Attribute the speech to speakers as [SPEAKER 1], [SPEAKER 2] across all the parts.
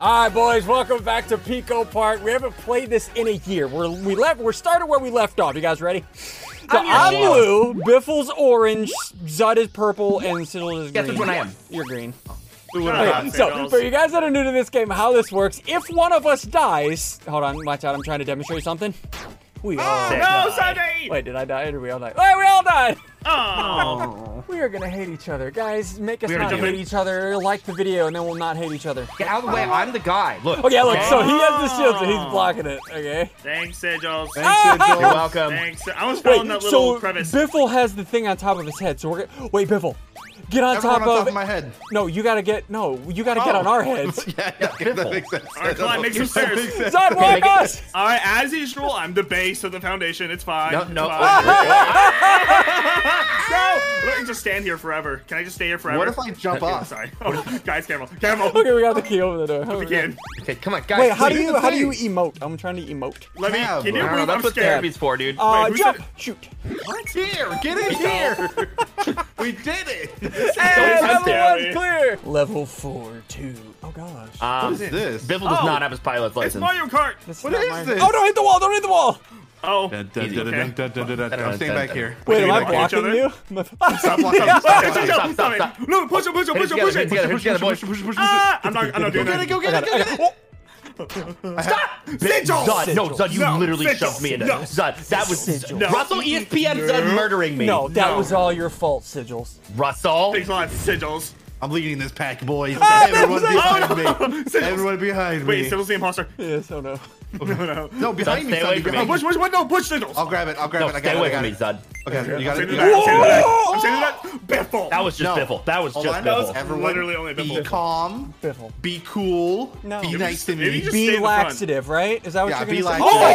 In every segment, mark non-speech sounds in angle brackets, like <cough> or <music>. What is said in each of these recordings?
[SPEAKER 1] All right, boys, welcome back to Pico Park. We haven't played this in a year. We're we left. We're started where we left off. You guys ready? So
[SPEAKER 2] I'm your
[SPEAKER 1] I'm
[SPEAKER 2] shield.
[SPEAKER 1] blue, Biffle's orange, Zud is purple, and Siddle is green.
[SPEAKER 2] Guess which one I am.
[SPEAKER 1] You're
[SPEAKER 2] <laughs>
[SPEAKER 1] green.
[SPEAKER 3] Ooh,
[SPEAKER 1] Okay,
[SPEAKER 3] I got
[SPEAKER 1] so,
[SPEAKER 3] signals.
[SPEAKER 1] for you guys that are new to this game, how this works, if one of us dies, hold on, watch out, I'm trying to demonstrate something. We
[SPEAKER 2] Oh,
[SPEAKER 1] all.
[SPEAKER 3] no, Sunday!
[SPEAKER 1] Wait, did I die? Or did we all die? Wait, we all died!
[SPEAKER 3] Oh,
[SPEAKER 1] <laughs> We are gonna hate each other. Guys, make us
[SPEAKER 3] We are
[SPEAKER 1] not
[SPEAKER 3] jumping.
[SPEAKER 1] hate each other, like the video, and then we'll not hate each other.
[SPEAKER 2] Get out of the way. I'm the guy. Look.
[SPEAKER 1] Oh yeah, look, so he has the shields and
[SPEAKER 2] Oh.
[SPEAKER 1] he's blocking it, okay?
[SPEAKER 3] thanks, Sigils.
[SPEAKER 1] Ah!
[SPEAKER 2] You're welcome.
[SPEAKER 3] Thanks. I was
[SPEAKER 1] Wait,
[SPEAKER 3] following that little
[SPEAKER 1] so
[SPEAKER 3] crevice.
[SPEAKER 1] Biffle has the thing on top of his head, so we're gonna- Wait, Biffle, get on
[SPEAKER 4] Everyone
[SPEAKER 1] top
[SPEAKER 4] on top
[SPEAKER 1] of...
[SPEAKER 4] of my head. Oh.
[SPEAKER 1] No, you gotta get... No, you gotta get on our heads.
[SPEAKER 4] <laughs> Yeah, yeah, okay, that makes sense.
[SPEAKER 3] All right, come on, make some
[SPEAKER 4] <laughs> That
[SPEAKER 3] stairs.
[SPEAKER 4] makes sense.
[SPEAKER 1] Zod, walk
[SPEAKER 2] make it-
[SPEAKER 1] us!
[SPEAKER 3] All right, as usual, I'm the base of the foundation. It's fine.
[SPEAKER 2] No,
[SPEAKER 3] it's
[SPEAKER 2] no. <laughs>
[SPEAKER 3] fine.
[SPEAKER 2] wait, wait, wait.
[SPEAKER 3] Let me just stand here forever. Can I just stay here forever?
[SPEAKER 4] What if I jump
[SPEAKER 3] Oh,
[SPEAKER 4] off?
[SPEAKER 3] sorry. <laughs> Oh, guys, careful. Careful.
[SPEAKER 1] Okay, we got the key over the door. Over there.
[SPEAKER 3] Again.
[SPEAKER 2] Okay, come on, guys.
[SPEAKER 1] Wait, how do
[SPEAKER 4] Wait,
[SPEAKER 1] you
[SPEAKER 4] the
[SPEAKER 1] how do you
[SPEAKER 4] thing.
[SPEAKER 1] emote? I'm trying to emote.
[SPEAKER 3] Let me.
[SPEAKER 4] Tab.
[SPEAKER 2] I don't
[SPEAKER 3] Can you
[SPEAKER 4] I don't
[SPEAKER 3] move?
[SPEAKER 2] know.
[SPEAKER 3] I'm
[SPEAKER 2] That's what
[SPEAKER 3] scared.
[SPEAKER 2] therapy's for, dude.
[SPEAKER 1] Uh,
[SPEAKER 3] who
[SPEAKER 1] jump!
[SPEAKER 3] said
[SPEAKER 1] Shoot!
[SPEAKER 4] Here, get in here. <laughs> we did it.
[SPEAKER 1] Hey,
[SPEAKER 3] Don't
[SPEAKER 1] level
[SPEAKER 3] scare me. Uh,
[SPEAKER 1] one's clear! Level four, two. Oh gosh.
[SPEAKER 2] Um,
[SPEAKER 4] What is this?
[SPEAKER 2] Biffle does
[SPEAKER 3] Oh.
[SPEAKER 2] not have his pilot's
[SPEAKER 3] It's
[SPEAKER 2] license.
[SPEAKER 3] Mario Kart.
[SPEAKER 1] That's
[SPEAKER 4] what
[SPEAKER 1] not
[SPEAKER 4] is
[SPEAKER 1] mine.
[SPEAKER 4] this?
[SPEAKER 1] Oh, don't hit the wall! Don't hit the wall!
[SPEAKER 3] Oh.
[SPEAKER 4] I'm staying back here.
[SPEAKER 1] Wait, am I
[SPEAKER 3] like each
[SPEAKER 1] blocking
[SPEAKER 3] other?
[SPEAKER 1] you?
[SPEAKER 4] Stop
[SPEAKER 1] <laughs>
[SPEAKER 3] Push it,
[SPEAKER 4] blocking. Stop blocking.
[SPEAKER 3] stop,
[SPEAKER 2] stop,
[SPEAKER 3] stop
[SPEAKER 2] stop.
[SPEAKER 3] it. No, push it, push it, push it, push
[SPEAKER 2] Hit it together,
[SPEAKER 3] it.
[SPEAKER 2] hit it together, boys.
[SPEAKER 3] Ah, I'm not, I'm not doing
[SPEAKER 4] Get it,
[SPEAKER 3] that.
[SPEAKER 4] go get it,
[SPEAKER 1] I
[SPEAKER 4] go
[SPEAKER 1] got
[SPEAKER 4] get it.
[SPEAKER 1] Oh,
[SPEAKER 3] Sigil!
[SPEAKER 2] Zod, no, Zod, you
[SPEAKER 3] No,
[SPEAKER 2] literally
[SPEAKER 3] Sigil,
[SPEAKER 2] shoved me in.
[SPEAKER 3] no,
[SPEAKER 2] Zod, that was
[SPEAKER 1] Sigil.
[SPEAKER 3] No.
[SPEAKER 2] Russell E ESPN Zod murdering me.
[SPEAKER 1] no, that
[SPEAKER 3] No.
[SPEAKER 1] was all your fault, Sigils.
[SPEAKER 2] Russell.
[SPEAKER 3] Thanks a lot, Sigils.
[SPEAKER 4] I'm leading this pack, boys.
[SPEAKER 1] Ah,
[SPEAKER 4] Everyone
[SPEAKER 1] no,
[SPEAKER 4] behind
[SPEAKER 3] no.
[SPEAKER 4] me. Everyone behind
[SPEAKER 3] Wait,
[SPEAKER 4] me.
[SPEAKER 3] Sigils the imposter.
[SPEAKER 1] Yes, oh no.
[SPEAKER 3] No, no.
[SPEAKER 4] No, behind me.
[SPEAKER 2] Stay away
[SPEAKER 4] Sonny,
[SPEAKER 2] from
[SPEAKER 4] behind
[SPEAKER 2] me.
[SPEAKER 3] Push, push, what? No, push Sigils.
[SPEAKER 4] I'll grab it. I'll grab
[SPEAKER 2] No,
[SPEAKER 4] it.
[SPEAKER 2] stay
[SPEAKER 4] I got it. I
[SPEAKER 2] away
[SPEAKER 4] got
[SPEAKER 2] from me,
[SPEAKER 4] it.
[SPEAKER 2] Zod.
[SPEAKER 4] Okay, you
[SPEAKER 3] I'm
[SPEAKER 4] got it.
[SPEAKER 3] saying
[SPEAKER 4] You
[SPEAKER 3] that. I'm
[SPEAKER 4] got it.
[SPEAKER 3] saying that.
[SPEAKER 1] Whoa!
[SPEAKER 3] I'm saying that. Biffle.
[SPEAKER 2] That was just
[SPEAKER 4] No.
[SPEAKER 2] Biffle. That was
[SPEAKER 4] All I
[SPEAKER 2] just
[SPEAKER 4] know is
[SPEAKER 2] Biffle.
[SPEAKER 4] everyone
[SPEAKER 3] Literally only
[SPEAKER 4] be
[SPEAKER 3] Biffle.
[SPEAKER 4] calm,
[SPEAKER 1] Biffle.
[SPEAKER 4] be cool,
[SPEAKER 1] No.
[SPEAKER 4] be
[SPEAKER 1] Maybe
[SPEAKER 4] nice to
[SPEAKER 3] maybe
[SPEAKER 4] me.
[SPEAKER 3] just- stay
[SPEAKER 1] Be
[SPEAKER 3] in the front.
[SPEAKER 1] laxative, right? Is that what
[SPEAKER 4] Yeah,
[SPEAKER 1] you're
[SPEAKER 4] be
[SPEAKER 1] gonna say?
[SPEAKER 4] laxative.
[SPEAKER 1] Oh my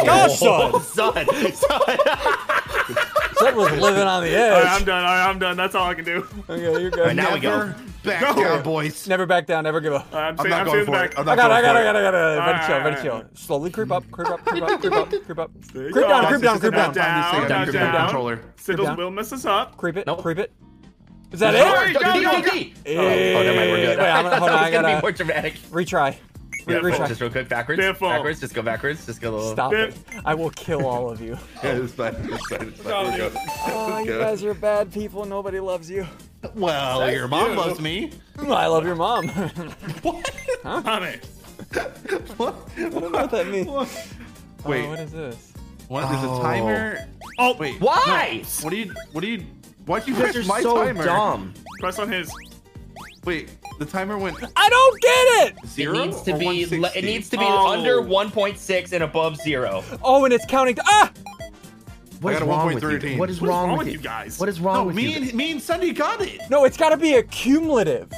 [SPEAKER 2] <laughs>
[SPEAKER 4] Oh.
[SPEAKER 1] gosh, son!
[SPEAKER 2] Zod. Zod.
[SPEAKER 1] Zed was living on
[SPEAKER 3] <laughs>
[SPEAKER 1] the
[SPEAKER 3] All right, I'm
[SPEAKER 1] edge.
[SPEAKER 3] done. All right, I'm done. That's all I can do. <laughs>
[SPEAKER 1] Okay, you're
[SPEAKER 2] Alright,
[SPEAKER 1] good.
[SPEAKER 2] now we go.
[SPEAKER 4] Never back
[SPEAKER 3] Go.
[SPEAKER 4] down, boys.
[SPEAKER 1] Never back down, never give up.
[SPEAKER 3] All right, I'm,
[SPEAKER 4] I'm
[SPEAKER 3] saying,
[SPEAKER 4] not
[SPEAKER 3] I'm
[SPEAKER 4] going
[SPEAKER 3] saying
[SPEAKER 4] for
[SPEAKER 3] back.
[SPEAKER 4] it. I'm
[SPEAKER 1] I
[SPEAKER 4] not
[SPEAKER 1] got it, I
[SPEAKER 4] going
[SPEAKER 1] got it, I
[SPEAKER 4] for it.
[SPEAKER 1] got it, I got it. Ready to
[SPEAKER 3] Alright,
[SPEAKER 1] chill, ready to
[SPEAKER 3] alright,
[SPEAKER 1] chill. Slowly creep up, creep up, creep up, creep up, creep
[SPEAKER 3] <laughs>
[SPEAKER 1] up.
[SPEAKER 3] Stay
[SPEAKER 1] Creep down,
[SPEAKER 3] calm.
[SPEAKER 1] creep down,
[SPEAKER 3] Sigils
[SPEAKER 1] creep down.
[SPEAKER 3] not Down,
[SPEAKER 4] Down,
[SPEAKER 3] not
[SPEAKER 4] creep
[SPEAKER 3] down.
[SPEAKER 4] down. Controller.
[SPEAKER 3] Sigils
[SPEAKER 1] down.
[SPEAKER 3] will mess us up.
[SPEAKER 1] Creep it,
[SPEAKER 2] Nope.
[SPEAKER 1] creep it. Is that
[SPEAKER 3] Sorry.
[SPEAKER 1] it?
[SPEAKER 3] Go,
[SPEAKER 2] D,
[SPEAKER 3] go,
[SPEAKER 2] D,
[SPEAKER 3] go.
[SPEAKER 2] D.
[SPEAKER 1] Eh,
[SPEAKER 2] Oh, never mind. We're good.
[SPEAKER 1] Wait, I'm
[SPEAKER 2] <laughs>
[SPEAKER 1] gonna, hold on, I
[SPEAKER 2] That was gonna
[SPEAKER 1] gotta
[SPEAKER 2] be more dramatic.
[SPEAKER 1] retry. Re-
[SPEAKER 3] Yeah,
[SPEAKER 1] retry.
[SPEAKER 2] Just real quick, backwards.
[SPEAKER 3] Biffle.
[SPEAKER 2] Backwards. Just go backwards. Just go a little.
[SPEAKER 1] Stop
[SPEAKER 3] Bip.
[SPEAKER 1] it. I will kill all of you.
[SPEAKER 3] <laughs>
[SPEAKER 4] Yeah, it's fine. It's fine. It's fine. Here we go.
[SPEAKER 1] Oh, you guys are bad people. Nobody loves you.
[SPEAKER 4] Well, your mom loves me.
[SPEAKER 1] I love your mom. <laughs>
[SPEAKER 3] Mommy.
[SPEAKER 4] What?
[SPEAKER 1] what that mean?
[SPEAKER 4] What?
[SPEAKER 1] Oh,
[SPEAKER 4] Wait,
[SPEAKER 1] what is this?
[SPEAKER 4] what? There's a timer.
[SPEAKER 3] Oh,
[SPEAKER 4] Wait,
[SPEAKER 2] Why?
[SPEAKER 4] What do you? What do you? Why'd you
[SPEAKER 2] You guys
[SPEAKER 4] push
[SPEAKER 2] are
[SPEAKER 4] my
[SPEAKER 2] so
[SPEAKER 4] timer?
[SPEAKER 2] dumb.
[SPEAKER 3] press on his.
[SPEAKER 4] Wait, the timer went
[SPEAKER 1] I don't get it.
[SPEAKER 4] zero.
[SPEAKER 2] it needs to
[SPEAKER 4] or
[SPEAKER 2] be. le-
[SPEAKER 4] 160?
[SPEAKER 2] It needs to be
[SPEAKER 3] Oh.
[SPEAKER 2] under 1.6 and above zero.
[SPEAKER 1] Oh, and it's counting. Ah!
[SPEAKER 2] What
[SPEAKER 4] got
[SPEAKER 2] is
[SPEAKER 4] a
[SPEAKER 2] wrong with
[SPEAKER 4] 1.13.
[SPEAKER 2] you? What is
[SPEAKER 3] What is
[SPEAKER 2] wrong with
[SPEAKER 3] you guys?
[SPEAKER 2] What is wrong
[SPEAKER 4] No,
[SPEAKER 2] with
[SPEAKER 4] me
[SPEAKER 2] you?
[SPEAKER 4] and me and Sunday got it.
[SPEAKER 1] No, it's got to be a cumulative.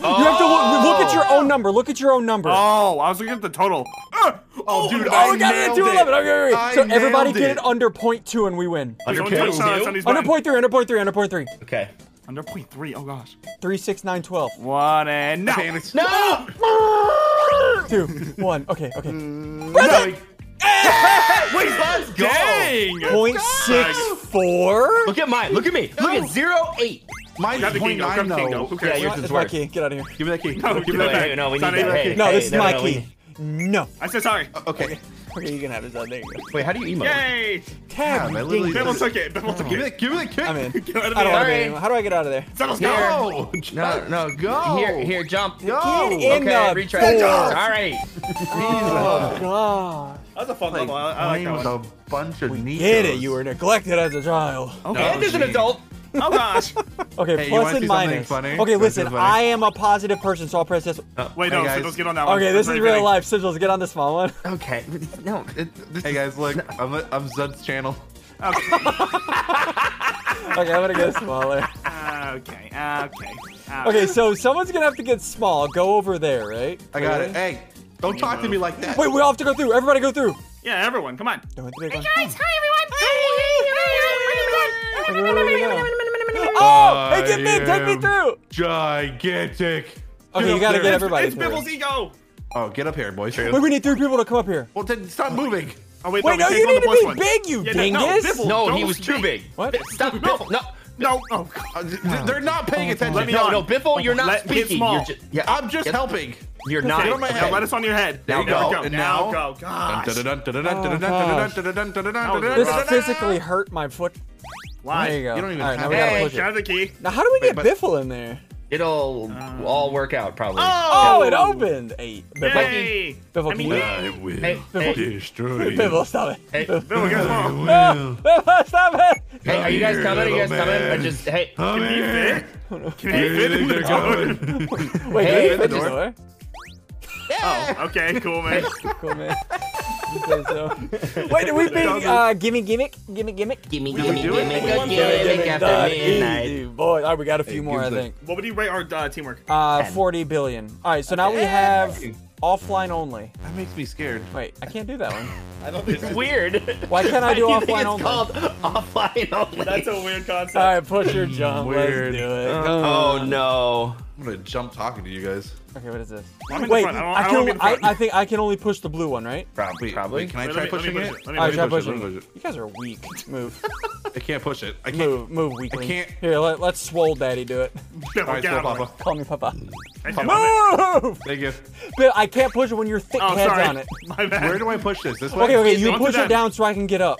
[SPEAKER 1] You have to look, look at your own number. Look at your own number.
[SPEAKER 3] Oh, I was looking at the total. Ah!
[SPEAKER 4] Oh, dude,
[SPEAKER 1] Oh, we
[SPEAKER 4] I
[SPEAKER 1] got it at
[SPEAKER 4] nailed
[SPEAKER 1] 211.
[SPEAKER 4] it.
[SPEAKER 1] Okay, okay, okay.
[SPEAKER 4] I
[SPEAKER 1] So everybody
[SPEAKER 4] nailed
[SPEAKER 1] get
[SPEAKER 4] it.
[SPEAKER 1] it under point two and we win.
[SPEAKER 2] Under
[SPEAKER 3] Don't
[SPEAKER 2] point
[SPEAKER 3] touch that,
[SPEAKER 2] two?
[SPEAKER 3] Sonny's
[SPEAKER 1] Under
[SPEAKER 3] button.
[SPEAKER 1] point three, under point three, under point three.
[SPEAKER 2] Okay.
[SPEAKER 3] Under point three. Oh gosh.
[SPEAKER 1] Three, six, nine, twelve.
[SPEAKER 3] One and no.
[SPEAKER 4] Panic.
[SPEAKER 2] No.
[SPEAKER 1] Two, one. Okay, okay.
[SPEAKER 2] No.
[SPEAKER 3] Wait,
[SPEAKER 2] Let's go.
[SPEAKER 3] dang.
[SPEAKER 1] Point six four.
[SPEAKER 2] Look at mine. Look at me. Look at zero eight.
[SPEAKER 4] Mine's
[SPEAKER 3] Grab the
[SPEAKER 4] point
[SPEAKER 3] Kingo. Grab
[SPEAKER 4] nine
[SPEAKER 3] the Kingo.
[SPEAKER 4] though.
[SPEAKER 3] Who cares?
[SPEAKER 2] Yeah, yours
[SPEAKER 1] That's
[SPEAKER 2] is
[SPEAKER 1] my
[SPEAKER 2] worse.
[SPEAKER 1] key. Get out of here.
[SPEAKER 4] Give me that key.
[SPEAKER 3] No, give me
[SPEAKER 2] No,
[SPEAKER 3] that
[SPEAKER 2] no,
[SPEAKER 3] back.
[SPEAKER 2] no, we need
[SPEAKER 3] Sonny,
[SPEAKER 2] that.
[SPEAKER 3] back.
[SPEAKER 2] Hey,
[SPEAKER 1] No,
[SPEAKER 2] hey,
[SPEAKER 1] this is
[SPEAKER 2] no,
[SPEAKER 1] my
[SPEAKER 2] no, we
[SPEAKER 1] key. No.
[SPEAKER 3] I said sorry.
[SPEAKER 4] Okay.
[SPEAKER 1] Okay, you can have it. Zod. There you go.
[SPEAKER 2] Wait, how do you emote?
[SPEAKER 3] Yay.
[SPEAKER 1] Tab.
[SPEAKER 4] Damn, I literally-
[SPEAKER 1] ding.
[SPEAKER 3] Biffle took it. Biffle took
[SPEAKER 4] Give me
[SPEAKER 3] it.
[SPEAKER 4] that. Give me that kick.
[SPEAKER 1] I'm
[SPEAKER 4] <laughs>
[SPEAKER 1] in. <laughs>
[SPEAKER 3] Get out of
[SPEAKER 1] I don't
[SPEAKER 3] the
[SPEAKER 1] want to
[SPEAKER 2] Sorry.
[SPEAKER 1] be anymore. How do I get out of there?
[SPEAKER 3] Settle's gone.
[SPEAKER 4] <laughs> No.
[SPEAKER 2] No, no,
[SPEAKER 4] Go.
[SPEAKER 2] Here, here, jump.
[SPEAKER 4] Go.
[SPEAKER 1] Get in
[SPEAKER 2] okay,
[SPEAKER 1] the
[SPEAKER 2] retry.
[SPEAKER 1] door.
[SPEAKER 2] All right.
[SPEAKER 1] Oh god.
[SPEAKER 3] That was a fun
[SPEAKER 4] Like,
[SPEAKER 3] level. I, I like
[SPEAKER 4] mine
[SPEAKER 3] that
[SPEAKER 4] was
[SPEAKER 3] one.
[SPEAKER 4] a bunch of neat.
[SPEAKER 1] Get it. You <laughs> were neglected as a child.
[SPEAKER 3] Okay.
[SPEAKER 2] And as an
[SPEAKER 4] gee.
[SPEAKER 2] adult,
[SPEAKER 3] Oh gosh.
[SPEAKER 1] Okay,
[SPEAKER 4] Hey, you
[SPEAKER 1] plus
[SPEAKER 4] wanna
[SPEAKER 1] and
[SPEAKER 4] see something
[SPEAKER 1] minus.
[SPEAKER 4] funny?
[SPEAKER 1] Okay,
[SPEAKER 4] You wanna see
[SPEAKER 1] listen,
[SPEAKER 4] something
[SPEAKER 1] I
[SPEAKER 4] funny?
[SPEAKER 1] am a positive person, so I'll press this.
[SPEAKER 3] Wait,
[SPEAKER 4] Hey,
[SPEAKER 3] no.
[SPEAKER 4] guys.
[SPEAKER 3] Sigils, get on that one.
[SPEAKER 1] Okay, this is
[SPEAKER 3] Pretty
[SPEAKER 1] real
[SPEAKER 3] kidding.
[SPEAKER 1] life. Sigils, get on the small
[SPEAKER 3] <laughs>
[SPEAKER 1] one.
[SPEAKER 2] Okay. No.
[SPEAKER 4] It, hey guys, look, I'm I'm Zud's channel.
[SPEAKER 1] Okay, I'm gonna get smaller.
[SPEAKER 3] Okay. uh, Okay.
[SPEAKER 1] Okay, so someone's gonna have to get small. Go over there, right?
[SPEAKER 4] I got
[SPEAKER 1] Really?
[SPEAKER 4] it. Hey, don't talk to me like that.
[SPEAKER 1] Wait, we all have to go through. Everybody go through.
[SPEAKER 3] Yeah, everyone, come on.
[SPEAKER 1] Go with the big one.
[SPEAKER 5] Hi
[SPEAKER 1] Okay, where
[SPEAKER 5] everyone!
[SPEAKER 1] do we go? Oh, hey, get me, take me
[SPEAKER 4] am-
[SPEAKER 1] through.
[SPEAKER 4] Gigantic.
[SPEAKER 1] Okay,
[SPEAKER 4] Get
[SPEAKER 1] you
[SPEAKER 4] up
[SPEAKER 1] gotta
[SPEAKER 4] there.
[SPEAKER 1] get everybody
[SPEAKER 3] it's
[SPEAKER 1] through.
[SPEAKER 3] Bibble's ego.
[SPEAKER 4] Oh, get up here, boys.
[SPEAKER 1] Wait, we need three people to come up here.
[SPEAKER 4] Well, then stop moving.
[SPEAKER 3] Oh wait,
[SPEAKER 1] Wait,
[SPEAKER 3] no,
[SPEAKER 1] no,
[SPEAKER 3] we
[SPEAKER 1] you
[SPEAKER 3] can't go on
[SPEAKER 1] need
[SPEAKER 3] the plus
[SPEAKER 1] to
[SPEAKER 3] one.
[SPEAKER 1] be big, you
[SPEAKER 3] Yeah, no, no,
[SPEAKER 1] dingus.
[SPEAKER 3] Biffle.
[SPEAKER 2] No,
[SPEAKER 3] Don't
[SPEAKER 2] he was too
[SPEAKER 3] speak.
[SPEAKER 2] big.
[SPEAKER 1] What?
[SPEAKER 2] Stop, Biffle. No.
[SPEAKER 3] No, oh,
[SPEAKER 4] Uh, th- They're not paying attention.
[SPEAKER 3] Let me
[SPEAKER 2] No,
[SPEAKER 3] on.
[SPEAKER 2] no, Biffle, you're not
[SPEAKER 3] Let- get
[SPEAKER 2] speaking.
[SPEAKER 3] small.
[SPEAKER 2] You're ju- yeah,
[SPEAKER 4] I'm just
[SPEAKER 2] Yes.
[SPEAKER 4] helping.
[SPEAKER 2] You're not.
[SPEAKER 4] Get on my
[SPEAKER 3] Now
[SPEAKER 4] head.
[SPEAKER 3] let us on your head.
[SPEAKER 2] Now
[SPEAKER 3] There we
[SPEAKER 2] go,
[SPEAKER 3] go.
[SPEAKER 4] and
[SPEAKER 3] Now
[SPEAKER 4] now-
[SPEAKER 3] go. Gosh.
[SPEAKER 1] This
[SPEAKER 3] Rough.
[SPEAKER 1] physically hurt my foot. There you
[SPEAKER 3] Why?
[SPEAKER 1] go.
[SPEAKER 4] You don't even
[SPEAKER 1] All right, now
[SPEAKER 4] have
[SPEAKER 1] we
[SPEAKER 2] it.
[SPEAKER 1] gotta
[SPEAKER 3] Hey,
[SPEAKER 1] push
[SPEAKER 3] shout
[SPEAKER 1] it.
[SPEAKER 3] the key.
[SPEAKER 1] Now, how do we get
[SPEAKER 4] but-
[SPEAKER 1] Biffle in there?
[SPEAKER 2] It'll
[SPEAKER 1] Um,
[SPEAKER 2] all work out probably.
[SPEAKER 1] Oh, it opened. Eight. Biffle.
[SPEAKER 3] Hey.
[SPEAKER 1] Biffle,
[SPEAKER 3] I mean,
[SPEAKER 1] can you-
[SPEAKER 3] yeah.
[SPEAKER 4] will
[SPEAKER 2] Hey, hey,
[SPEAKER 4] destroy
[SPEAKER 1] Biffle,
[SPEAKER 3] <laughs>
[SPEAKER 1] stop it.
[SPEAKER 2] hey, hey,
[SPEAKER 1] <laughs>
[SPEAKER 3] Bill, guess what?
[SPEAKER 4] will.
[SPEAKER 1] Biffle, stop it.
[SPEAKER 2] are you guys
[SPEAKER 4] Here,
[SPEAKER 2] coming? Are you guys
[SPEAKER 4] little
[SPEAKER 2] coming? Or
[SPEAKER 4] man.
[SPEAKER 2] just hey,
[SPEAKER 4] Come
[SPEAKER 3] Can you fit?
[SPEAKER 4] here.
[SPEAKER 3] Can
[SPEAKER 4] Where
[SPEAKER 3] you
[SPEAKER 4] do you
[SPEAKER 3] fit in
[SPEAKER 4] think
[SPEAKER 3] the
[SPEAKER 4] they're
[SPEAKER 3] door?
[SPEAKER 1] Wait,
[SPEAKER 4] going?
[SPEAKER 2] Hey,
[SPEAKER 1] can you
[SPEAKER 2] open
[SPEAKER 1] fit the
[SPEAKER 2] the door.
[SPEAKER 1] door?
[SPEAKER 3] Okay, cool, man.
[SPEAKER 1] Cool,
[SPEAKER 2] <laughs>
[SPEAKER 1] man. Just say so. Wait, are we being uh, gimme gimmick? Gimmick gimmick?
[SPEAKER 2] gimme,
[SPEAKER 4] We would
[SPEAKER 2] gimme,
[SPEAKER 4] do it.
[SPEAKER 2] gimme,
[SPEAKER 4] We
[SPEAKER 2] a
[SPEAKER 4] would do it.
[SPEAKER 2] gimmick
[SPEAKER 1] Done.
[SPEAKER 2] after midnight.
[SPEAKER 1] Easy, Boy, all right, we got a few
[SPEAKER 4] Hey,
[SPEAKER 1] more, I
[SPEAKER 4] give us a-
[SPEAKER 1] think.
[SPEAKER 3] What would you rate our uh,
[SPEAKER 1] <laughs>
[SPEAKER 3] teamwork?
[SPEAKER 1] Uh,
[SPEAKER 2] Ten.
[SPEAKER 1] 40 billion. All right, so now we have offline only.
[SPEAKER 4] That makes me scared.
[SPEAKER 1] Wait, I can't do that one.
[SPEAKER 4] I don't think
[SPEAKER 2] It's weird.
[SPEAKER 1] Why
[SPEAKER 2] <laughs>
[SPEAKER 1] can't <laughs> I do
[SPEAKER 2] Why
[SPEAKER 1] offline
[SPEAKER 2] do you think
[SPEAKER 1] only?
[SPEAKER 2] it's called offline only?
[SPEAKER 3] That's a weird concept.
[SPEAKER 1] All right, push your jump.
[SPEAKER 4] Weird.
[SPEAKER 1] Let's do it.
[SPEAKER 2] oh no.
[SPEAKER 4] I'm gonna jump talking to you guys.
[SPEAKER 1] Okay, what is this?
[SPEAKER 3] I'm in the
[SPEAKER 1] Wait,
[SPEAKER 3] front. I don't- I
[SPEAKER 1] I
[SPEAKER 3] don't
[SPEAKER 1] can.
[SPEAKER 3] wanna
[SPEAKER 1] Only,
[SPEAKER 3] be in the
[SPEAKER 1] I,
[SPEAKER 3] front.
[SPEAKER 1] I think I can only push the blue one, right?
[SPEAKER 2] Probably.
[SPEAKER 4] Wait,
[SPEAKER 2] probably.
[SPEAKER 4] wait, can I
[SPEAKER 3] Wait,
[SPEAKER 4] try
[SPEAKER 3] let me- let me
[SPEAKER 4] pushing
[SPEAKER 3] push
[SPEAKER 4] it?
[SPEAKER 3] it. Let me
[SPEAKER 1] All right,
[SPEAKER 4] me
[SPEAKER 1] try
[SPEAKER 4] push it, let
[SPEAKER 1] pushing.
[SPEAKER 4] me push
[SPEAKER 1] You guys are weak. Move,
[SPEAKER 4] I can't push it. I can't.
[SPEAKER 1] move, move, weakling.
[SPEAKER 4] can't-
[SPEAKER 1] Here, let, let's swole daddy do it.
[SPEAKER 3] Bill,
[SPEAKER 4] All right,
[SPEAKER 3] get
[SPEAKER 4] still,
[SPEAKER 3] out of the
[SPEAKER 4] Papa.
[SPEAKER 3] way.
[SPEAKER 1] Call me papa.
[SPEAKER 3] I do it.
[SPEAKER 1] Move!
[SPEAKER 4] Thank you.
[SPEAKER 3] <laughs>
[SPEAKER 1] Bill, I can't push it when your thick
[SPEAKER 3] Oh,
[SPEAKER 1] head's
[SPEAKER 3] sorry.
[SPEAKER 1] on it.
[SPEAKER 3] <laughs> My bad.
[SPEAKER 4] Where do I push this? This way.
[SPEAKER 1] Okay, okay, you
[SPEAKER 3] Don't do
[SPEAKER 1] push
[SPEAKER 3] that.
[SPEAKER 1] it down so I can get up,